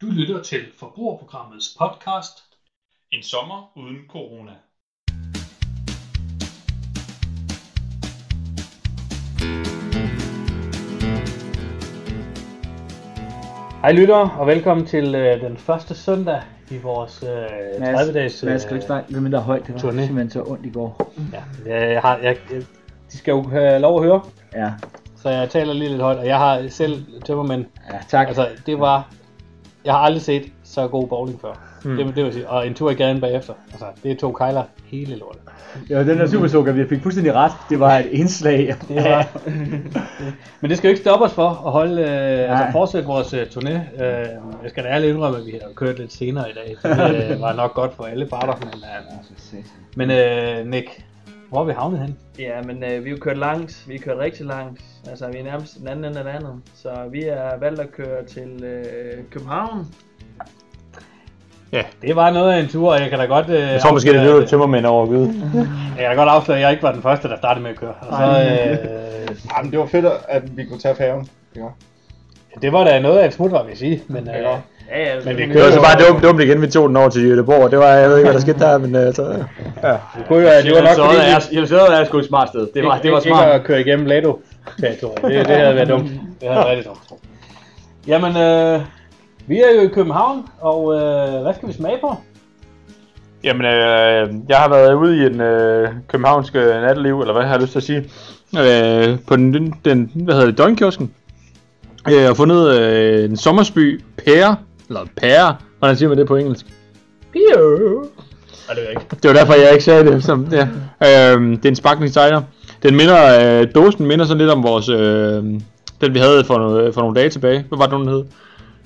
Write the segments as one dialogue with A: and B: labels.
A: lytter til Forbrugerprogrammets podcast
B: En sommer uden corona.
A: Hej lyttere, og velkommen til øh, den første søndag i vores øh, 30-dages...
C: Mads, skal du ikke snakke lidt mindre højt? Det var
A: øh, turné.
C: simpelthen så ondt i går.
A: ja, jeg, jeg har, jeg, jeg, de skal jo have lov at høre,
C: Ja,
A: så jeg taler lige lidt højt, og jeg har selv tømmermænd.
C: ja tak. Altså,
A: Altså, det var... Jeg har aldrig set så god bowling før.
C: Hmm.
A: Mm. Det, det vil jeg sige. Og en tur i gaden bagefter. Altså, det tog Kejler hele lortet.
C: ja, den der supersukker, vi fik fuldstændig ret. Det var et indslag.
A: Det var- Men det skal jo ikke stoppe os for at holde, øh, altså
C: Nej.
A: fortsætte vores øh, turné. Øh, jeg skal da ærligt indrømme, at vi har kørt lidt senere i dag. Det øh, var nok godt for alle parter. Men, øh, men øh, Nick, hvor er vi havnet hen?
D: Ja, men øh, vi har jo kørt langt, vi har kørt rigtig langt, altså vi er nærmest den anden ende af landet, så vi er valgt at køre til øh, København.
A: Ja. Det var noget af en tur, og jeg kan da godt... Øh,
E: Jeg tror måske, det er det, du tømmermænd over Gud.
A: Jeg kan da godt afsløre, at jeg ikke var den første, der startede med at køre. Og så, øh,
F: Jamen, det var fedt, at vi kunne tage færgen. Ja.
A: det var da noget af et smutvej, vil jeg sige. Men, øh,
F: Ja.
D: Ja, ja,
A: men vi
E: Det var
A: kører
E: så bare dumt, dumt igen, vi tog den over til Jødeborg. Det var, jeg ved ikke, hvad der skete der, men altså... Ja.
C: kunne jo, det var nok fordi...
E: Odde
C: Er,
E: er-
C: Jamen, så er sgu et smart sted. Det
A: Ikke- ikke- Ikke at køre igennem Lado territoriet. Det, det havde været dumt. Det havde været rigtig dumt. Jamen, øh, vi er jo i København, og øh, hvad skal vi smage på?
E: Jamen, øh, jeg har været ude i en øh, københavnske natteliv, eller hvad har jeg lyst til at sige, øh, på den, den, hvad hedder det, døgnkiosken, øh, og fundet øh, en sommersby pære, eller pære, hvordan siger man det på engelsk? Pære.
A: Nej, det ved jeg ikke.
E: Det var derfor, jeg ikke sagde det. Som, ja. øhm, det er en sparklingsejler. Den minder, øh, dåsen minder sådan lidt om vores, øh, den vi havde for, no- for nogle dage tilbage. Hvad var det, nu, den hed?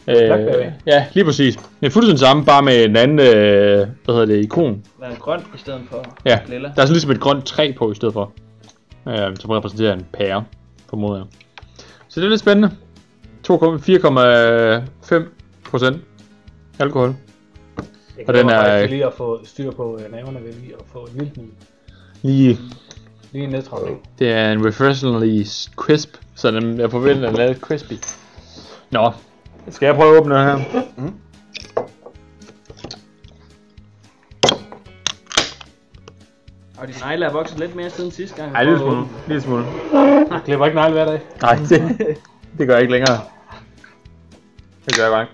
E: Øh,
A: Blackberry.
E: ja, lige præcis. Det er fuldstændig samme, bare med en anden, øh, hvad hedder det, ikon.
D: være grønt i stedet for
E: Ja,
D: lilla.
E: der er sådan ligesom et grønt træ på i stedet for. Øh, som repræsenterer en pære, formoder jeg. Så det er lidt spændende. 2,4,5 procent alkohol.
A: Jeg
E: Og den
A: glæder mig
E: er-
A: faktisk lige at få styr på øh, naverne ved lige at få en lille smule.
E: Lige
A: Lige en nedtrækning.
E: Det er en refreshingly crisp, så den, jeg forventer, at den er lidt crispy. Nå, skal jeg prøve at åbne den her? Mm.
D: Og din negle er vokset lidt mere siden sidste gang.
E: Ej, lille smule. Lille smule.
A: Jeg klipper ikke negle hver dag.
E: Nej, det, det gør jeg ikke længere. Det gør jeg godt nok.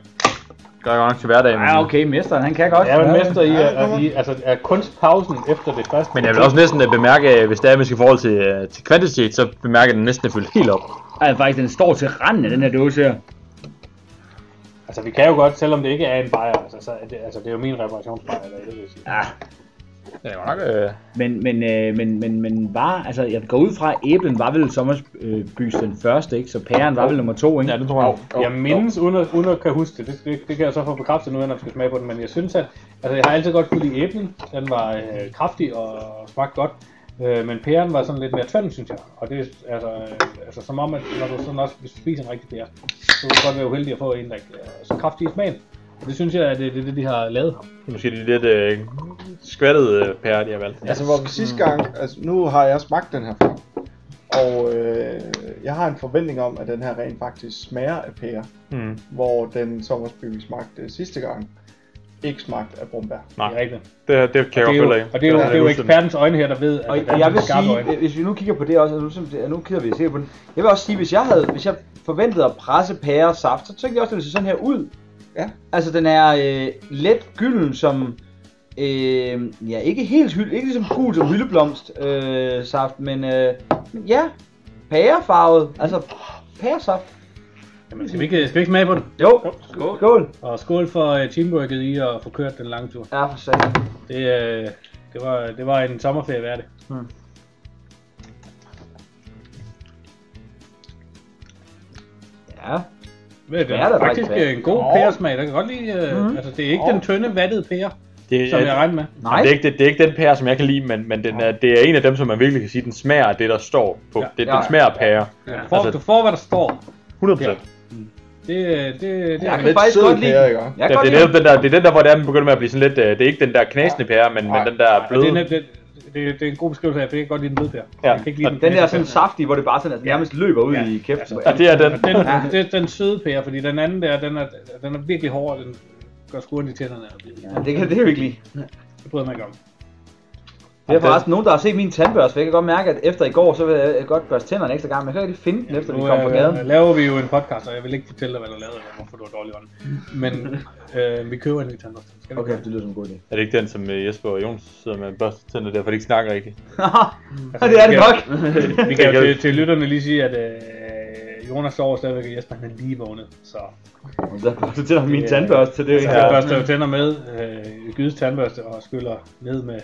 E: Det gør jeg godt nok til hverdagen.
C: Ja, okay, mesteren, han kan godt.
A: Jeg er jo en mester i, at, i altså, at kunstpausen efter det første.
E: Men jeg vil også næsten øh, bemærke, øh, hvis det er, at vi skal i forhold til, øh, til kvantitet, så bemærker jeg, at den næsten er fyldt helt op.
C: Ej, faktisk, den står til randen af den her dåse her.
A: Altså, vi kan jo godt, selvom det ikke er en bajer, altså, så er det, altså, det er jo min reparationsbajer, eller det vil jeg sige.
C: Ja,
E: Den er godt nok... Øh,
C: men, men, øh, men, men, men var, altså, jeg går ud fra, at æblen var vel sommerbys den første, ikke? Så pæren var vel nummer to, ikke?
E: ja, det tror jeg.
A: Jeg mindes, uden at, uden at kan huske det. Det, det, det kan jeg så få bekræftet nu, når jeg skal smage på den. Men jeg synes, at altså, jeg har altid godt kunne lide æblen. Den var øh, kraftig og smagte godt. Øh, men pæren var sådan lidt mere tynd, synes jeg. Og det er altså, øh, altså som om, at når du sådan også hvis du spiser en rigtig pære, så kan du godt være uheldig at få en, der ikke er så kraftig i smagen. Og det synes jeg, at det er det, det, de har lavet.
E: Det er måske de lidt øh, skvattede øh, pærer, de har valgt.
F: Altså, hvor vi sidste gang, altså, nu har jeg smagt den her før. Og øh, jeg har en forventning om, at den her rent faktisk smager af pære.
E: Mm.
F: Hvor den sommersby, vi smagte sidste gang, ikke smagte af brumbær.
E: Ah.
A: Det er rigtigt.
E: Det, det kan jeg
A: Det er
E: godt
A: jo,
E: følge dig i.
A: og det er jo, det er jo ekspertens øjne her, der ved, at
G: Og
A: der er
G: jeg vil
A: nogle skarpe
G: sige,
A: øjne.
G: hvis vi nu kigger på det også, og nu, som det, og nu kigger vi sikkert på den. Jeg vil også sige, hvis jeg havde, hvis jeg forventede at presse pære og saft, så tænkte jeg også, at den ser sådan her ud.
F: Ja.
G: Altså den er øh, let gylden som, øh, ja ikke helt hyld, ikke ligesom gul som hyldeblomst øh, saft, men øh, men ja, pærefarvet, altså pæresaft.
A: Jamen, skal, vi ikke, skal vi ikke smage på den?
G: Jo, skål. skål.
A: Og skål for øh, teamworket i at få kørt den lange tur.
G: Ja, for satan.
A: Det, øh, det, var, det var en sommerferie værd det.
G: Ja.
A: Ved du, Det
G: Det er
A: er
G: da
A: faktisk
G: faktisk
A: øh, en god pæresmag. Jeg kan godt lide, øh, mm. altså det er ikke den tynde, vattede pære,
E: Det,
A: som jeg regner med.
G: Nej.
E: Det er, ikke, det, det er ikke den pære, som jeg kan lide, men, men den er, det er en af dem, som man virkelig kan sige, den smager af det, der står på.
A: Ja.
E: Ja. Det, den
G: Ja.
E: smager af pære.
A: Ja, du, får,
E: altså-
A: du får, hvad der står.
E: 100%. Ja.
A: Det, øh, det, det, det
G: Jeg
A: er
G: kan
A: lidt.
F: Lidt
G: faktisk
F: sød
G: godt lide.
F: pære, ikke også?
G: Jeg kan
E: Det,
G: godt
E: det,
G: lide.
E: er netop den der, det er den der, hvor det er, den begynder med at blive sådan lidt... øh, Det er ikke den der knasende pære, men, men
F: Nej.
E: den der
A: Og det, er
E: bløde.
A: net- det, det, det er en god beskrivelse af, for jeg kan godt lide den ved der.
E: Ja,
A: Jeg kan ikke lide
E: og
A: den,
G: Den der sådan saftige, hvor det bare sådan, altså, nærmest løber ud i kæften.
E: Og altså, det er den.
A: Den, det er den søde pære, fordi den anden der, den er, den er virkelig hård, og den gør skuren i tænderne. og Det,
G: Ja, det kan det er jo ikke lide.
A: det bryder jeg mig ikke om.
G: Det er
E: Jamen,
G: forresten nogen, der har set min tandbørste, for jeg kan godt mærke, at efter i går, så vil jeg godt børste tænderne en ekstra gang, men jeg kan ikke rigtig finde den, efter vi
A: Nu
G: kom på gaden.
A: øh, laver vi jo en podcast, og jeg vil ikke fortælle dig, hvad du lavede, eller hvorfor du var dårlig ånd. Men øh, vi køber en ny tandbørste. Skal vi
G: Okay, det lyder som en god idé.
E: Er det ikke den, som øh, Jesper og Jons sidder med børste tænder der, for de ikke snakker rigtigt?
A: Altså,
G: det er
A: vi
G: det
A: kan-
G: nok.
A: Vi kan jo til, til lytterne lige sige, at øh, Jonas sover stadigvæk, og Jesper han er lige vågnet. Så
G: Så børste tænder med min tandbørste, så det er jo ikke
A: ja. børster jo tænder med, øh, Gydes tandbørste, og skyller ned med,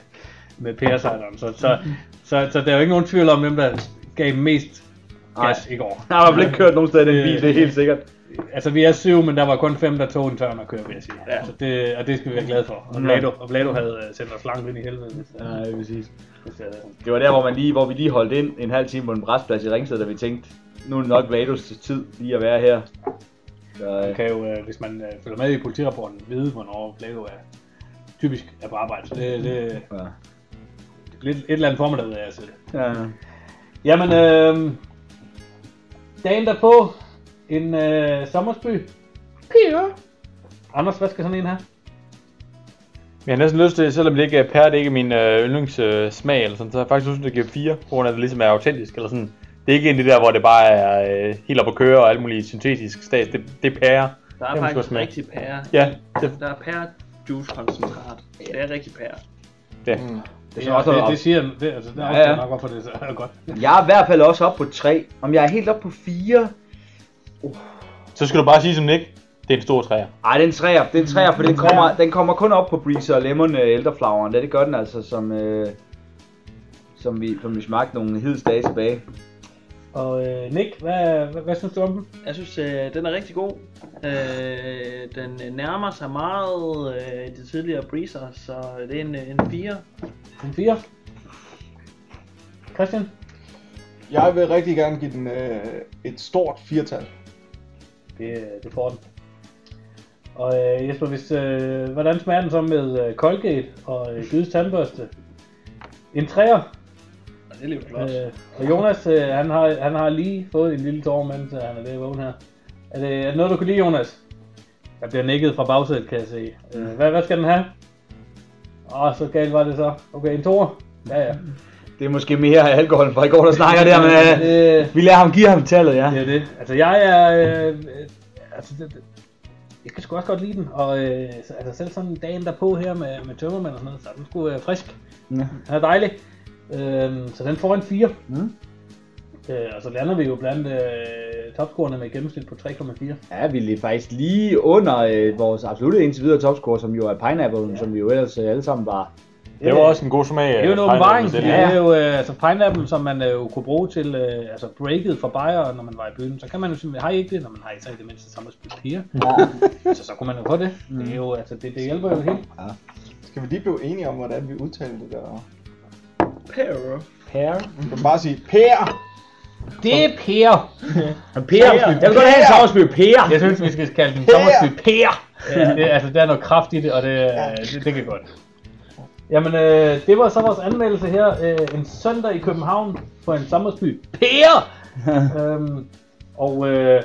A: med pæresejleren. Så, så, så, så, der er jo ikke nogen tvivl om, hvem der gav mest gas i går.
G: Jeg har i hvert fald ikke kørt nogen sted i den bil, det er helt sikkert.
A: Altså, vi er syv, men der var kun fem, der tog en tørn at køre, vil jeg sige. Ja. Så det, og det skal vi være glade for. Og Blado, og Blado havde øh, sendt os langt ind i helvede. Hvis, øh,
G: Nej, præcis.
A: hvis, øh,
G: Det var der, hvor, man lige, hvor vi lige holdt ind en halv time på en brætsplads i Ringsted, da vi tænkte, nu er det nok Vados tid lige at være her. Så,
A: man
G: okay.
A: kan jo, øh, hvis man øh, følger med i politirapporten, vide, hvornår Blado er typisk er på arbejde. Så det, det,
G: ja.
A: lidt, et eller andet formiddag, vil jeg sige.
G: Ja.
A: Jamen, øh, dagen derpå, en øh, sommersby. Piger. Anders, hvad skal sådan en have?
E: Men jeg har næsten lyst til, selvom det ikke er pære, det ikke er min øh, yndlingssmag, øh, smag eller sådan, så har jeg faktisk lyst til at give 4, på grund af, at det ligesom er autentisk, eller sådan. Det er ikke en af de der, hvor det bare er øh, helt op at køre og alt muligt syntetisk stats. Det, det er pære.
D: Der
E: Det
D: er
E: må sgu
D: faktisk
E: smage.
D: rigtig pære.
E: Ja, det,
D: Der er pære juice koncentrat. Det er rigtig pære.
G: Det er sådan også
A: det,
G: op.
A: det siger det, altså, det er
G: Ja, ja.
A: ja. nok, hvorfor det er så godt.
G: Jeg er i hvert fald også oppe på 3. Om jeg er helt oppe på 4?
E: så skal du bare sige som Nick, det er en stor træer.
G: Ej, den træer, den træer, for den kommer, den kommer kun op på Breezer og Lemon øh, Elderfloweren. Det, det gør den altså, som, øh, som, vi, som vi smagte nogle hids dage tilbage.
A: Og øh, Nick, hvad, hvad, hvad synes du om den?
D: Jeg synes, øh, den er rigtig god. Øh, den øh, nærmer sig meget øh, de tidligere breezer, så det er en, øh, en 4.
A: En 4? Christian?
F: Jeg vil rigtig gerne give den øh, et stort firtal.
A: Det, det får den. Og øh, Jesper, hvis, øh, hvordan smager den så med øh, Colgate og øh, Gydes tandbørste? En 3'er.
D: Og det er lidt flot.
A: Øh, og Jonas, øh, han, har, han har lige fået en lille tår, mens øh, han er ved at vågne her. Er det, er det noget, du kunne lide, Jonas? Der bliver nikket fra bagsædet, kan jeg se. Øh, hvad, hvad skal den have? Åh, så galt var det så. Okay, en toer? Ja, ja.
G: Det er måske mere alkohol fra i går, der snakker der, men øh,
A: øh,
G: vi lader ham give ham tallet, ja.
A: det er det. Altså, jeg er... Øh, øh, altså, det, det, jeg kan sgu også godt lide den, og øh, så- altså selv sådan dagen derpå her med, med tømmermand og sådan noget, så er den sgu øh, frisk.
G: Ja.
A: Den er dejlig. Øhm, så den får en 4.
G: Mm.
A: Øh, og så lander vi jo blandt øh, topscorerne med et gennemsnit på 3,4.
G: Ja, vi er faktisk lige under øh, vores absolutte indtil videre topscore, som jo er Pineapple, ja. som vi jo ellers øh, alle sammen var.
E: Det var også en god smag.
A: Det er jo en
E: øh,
A: åbenbaring.
E: pineapple,
A: Det
E: det der.
A: er jo øh, altså pineapple, som man øh, jo kunne bruge til, øh, altså breaket fra Bayer, når man var i byen. Så kan man jo simpelthen, har I ikke det, når man har I så i det mindste samme spil piger? så, så kunne man jo få det. Det, er jo, altså, det, det hjælper jo helt.
F: Skal vi lige blive enige om, hvordan vi udtaler det der?
D: Pære.
A: Pære.
F: Du kan bare sige, pære!
A: Det er pære.
G: Per! Jeg vil godt have en sommersby, Per!
A: Jeg synes, vi skal kalde den
F: Pære.
A: sommersby pære. Ja, det, altså, der er noget kraft i det, og det, det, det kan godt. Jamen, øh, det var så vores anmeldelse her. Øh, en søndag i København på en sommersby. Pære! øhm, og øh,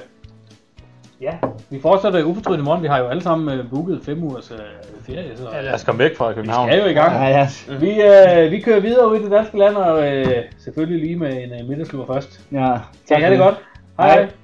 A: ja, vi fortsætter ufortrydt i morgen. Vi har jo alle sammen øh, booket fem ugers øh, ferie, så
E: Lad os komme væk fra København.
A: vi er jo i gang.
G: Ja, ja.
A: Vi, øh, vi kører videre ud i det danske land, og øh, selvfølgelig lige med en øh, middagslur først.
G: ja.
A: Kan I have det godt? Hej.
G: Hej.
A: hej.